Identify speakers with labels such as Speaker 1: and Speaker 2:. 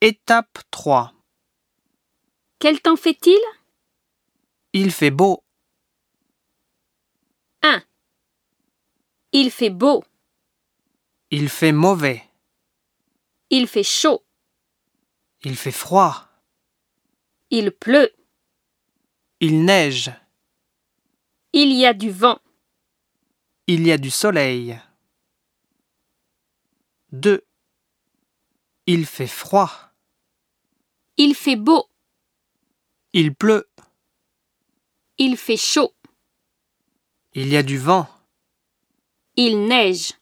Speaker 1: Étape 3.
Speaker 2: Quel temps fait-il
Speaker 1: Il fait beau.
Speaker 2: Il fait beau,
Speaker 1: Il fait mauvais.
Speaker 2: il fait chaud,
Speaker 1: Il fait froid.
Speaker 2: il pleut,
Speaker 1: Il neige.
Speaker 2: il y a du vent.
Speaker 1: Il y a du soleil. 2. Il fait froid.
Speaker 2: Il fait beau,
Speaker 1: Il pleut.
Speaker 2: il fait chaud,
Speaker 1: Il y a du vent.
Speaker 2: il neige.